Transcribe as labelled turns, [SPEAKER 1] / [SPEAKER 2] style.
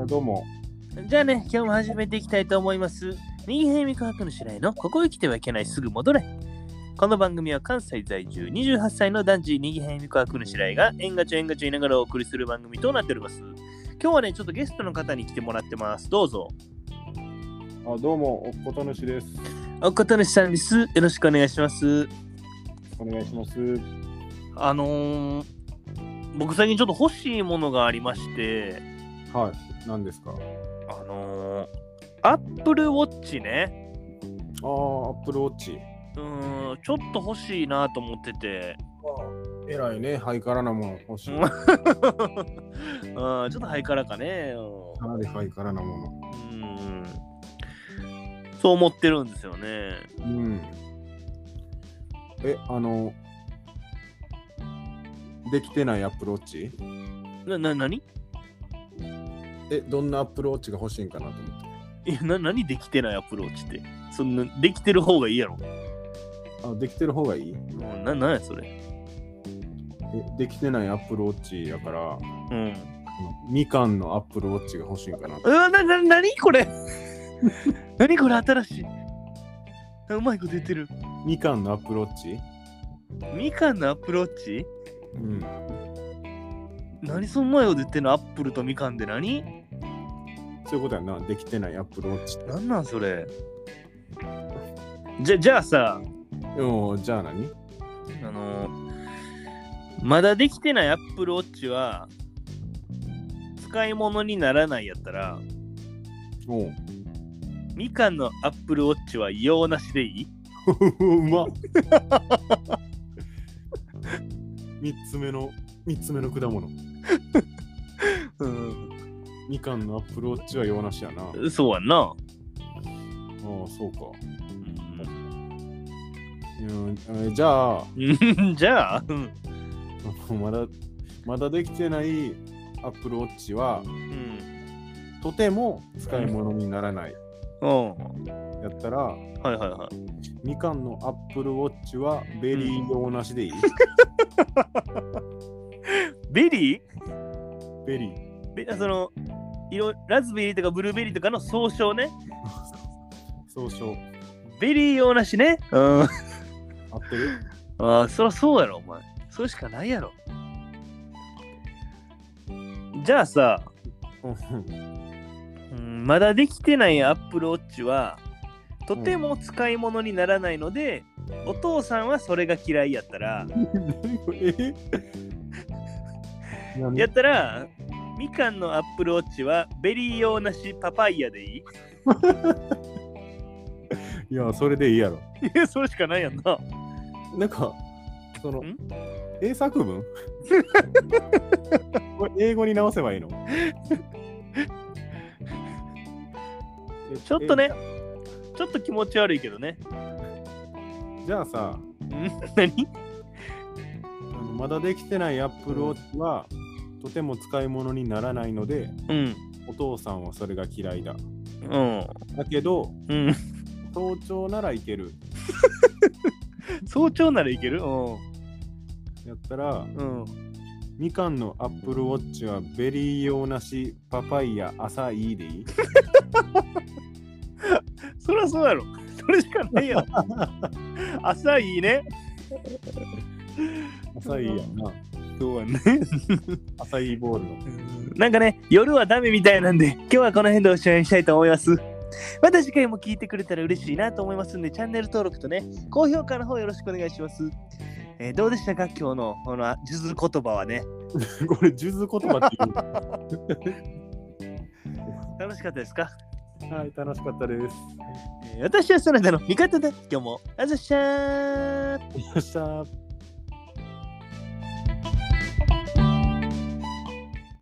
[SPEAKER 1] あどうも。
[SPEAKER 2] じゃあね、今日も始めていきたいと思います。右辺味覚の白井のここへ来てはいけないすぐ戻れ。この番組は関西在住28歳の男児右辺味覚の白井が縁がちょ縁がちょ言いながらお送りする番組となっております。今日はね、ちょっとゲストの方に来てもらってます。どうぞ。
[SPEAKER 1] あどうも、おっことぬしです。
[SPEAKER 2] おことぬしさんです。よろしくお願いします。
[SPEAKER 1] お願いします。
[SPEAKER 2] あのー、僕最近ちょっと欲しいものがありまして、
[SPEAKER 1] はい。何ですかあ
[SPEAKER 2] あのー、Apple Watch ね。
[SPEAKER 1] あ、アップルウォッチ。
[SPEAKER 2] うーん、ちょっと欲しいなと思ってて、
[SPEAKER 1] えらいね、ハイカラなもの欲 しい。
[SPEAKER 2] うん
[SPEAKER 1] か
[SPEAKER 2] うん、ちょっとハイカラかね。う
[SPEAKER 1] なりハイカラなも
[SPEAKER 2] ん。そう思ってるんですよね。
[SPEAKER 1] の。うん。え、あの、できてないアップルウォッチ
[SPEAKER 2] な、な、なに
[SPEAKER 1] え、どんなアップルウォッチが欲しいんかなと思って。
[SPEAKER 2] いや、な、何できてないアプローチって。そんな、できてる方がいいやろ。
[SPEAKER 1] あ、できてる方がいい
[SPEAKER 2] うん、な、なんやそれ。
[SPEAKER 1] え、できてないアップルウォッチやから、
[SPEAKER 2] うん。
[SPEAKER 1] みかんのアップルウォッチが欲しいんかな
[SPEAKER 2] うわ、な、な、なにこれ 何これ新しい。うまいこと言ってる。
[SPEAKER 1] みかんのアップルウォッチ
[SPEAKER 2] みかんのアプローチ
[SPEAKER 1] うん。
[SPEAKER 2] 何そんなようで言ってんのアップルとみかんで何
[SPEAKER 1] そういうことやな、できてないアップルウォッチって。
[SPEAKER 2] なんなんそれ。じゃ、じゃあさ、
[SPEAKER 1] うん、じゃあ何
[SPEAKER 2] あのまだできてない Apple Watch は使い物にならないやったら
[SPEAKER 1] おう
[SPEAKER 2] みかんの Apple Watch は用なしでいいう
[SPEAKER 1] まっ三つ目の三つ目の果物
[SPEAKER 2] うん
[SPEAKER 1] みかんのアップルウォッチは用なしやなああ
[SPEAKER 2] そうやんな、
[SPEAKER 1] そうかうんえじゃあ
[SPEAKER 2] うん、 じゃあ、うん
[SPEAKER 1] まだまだできてないアップルウォッチは
[SPEAKER 2] うん
[SPEAKER 1] とても使い物にならない
[SPEAKER 2] うん、
[SPEAKER 1] やったら
[SPEAKER 2] はいはいはい
[SPEAKER 1] みかんのアップルウォッチはベリー用なしで いい、
[SPEAKER 2] ベリー
[SPEAKER 1] ベリー
[SPEAKER 2] べその色ラズベリーとかブルーベリーとかの総称ね
[SPEAKER 1] 総称
[SPEAKER 2] ベリー用なしねうんあ
[SPEAKER 1] 合ってる
[SPEAKER 2] あそりゃそうやろお前それしかないやろじゃあさ
[SPEAKER 1] うん
[SPEAKER 2] うんまだできてないアップルウォッチはとても使い物にならないので、お父さんはそれが嫌いやったら、
[SPEAKER 1] え 何
[SPEAKER 2] やったらみかんのアップルウォッチはベリー用なしパパイヤでいい
[SPEAKER 1] いや、それでいいやろ。
[SPEAKER 2] いやそれしかないやんな
[SPEAKER 1] なんか、その
[SPEAKER 2] ん、
[SPEAKER 1] 英作 文これ英語に直せばいいの
[SPEAKER 2] ちょっとねちょっと気持ち悪いけどね
[SPEAKER 1] え。じゃあさ、
[SPEAKER 2] ん 何
[SPEAKER 1] あのまだできてないアップルウォッチは、とても使い物にならないので、
[SPEAKER 2] うん
[SPEAKER 1] お父さんはそれが嫌いだ。
[SPEAKER 2] うん
[SPEAKER 1] だけど、
[SPEAKER 2] うん
[SPEAKER 1] 早朝ならいける。
[SPEAKER 2] 早朝ならいけるう
[SPEAKER 1] やったら、
[SPEAKER 2] んうん
[SPEAKER 1] みかんのアップルウォッチはベリー用なし、パパイヤ、朝いいでい い
[SPEAKER 2] そりゃそうやろそれしかないやろ朝いいね
[SPEAKER 1] 朝いいやんな。
[SPEAKER 2] そうやね
[SPEAKER 1] 朝いいボールの。
[SPEAKER 2] なんかね、夜はダメみたいなんで、今日はこの辺でおしまいにしたいと思います。また次回も聞いてくれたら嬉しいなと思いますんで、チャンネル登録とね、高評価の方よろしくお願いします。えーどうでしたか今日のこの数珠言葉はね。
[SPEAKER 1] これ、数珠言葉っていうの。
[SPEAKER 2] 楽しかったですか、
[SPEAKER 1] はい、楽しかったです。
[SPEAKER 2] えー私はそなたの味方だ。今日も、あざっしゃー
[SPEAKER 1] よっしゃー。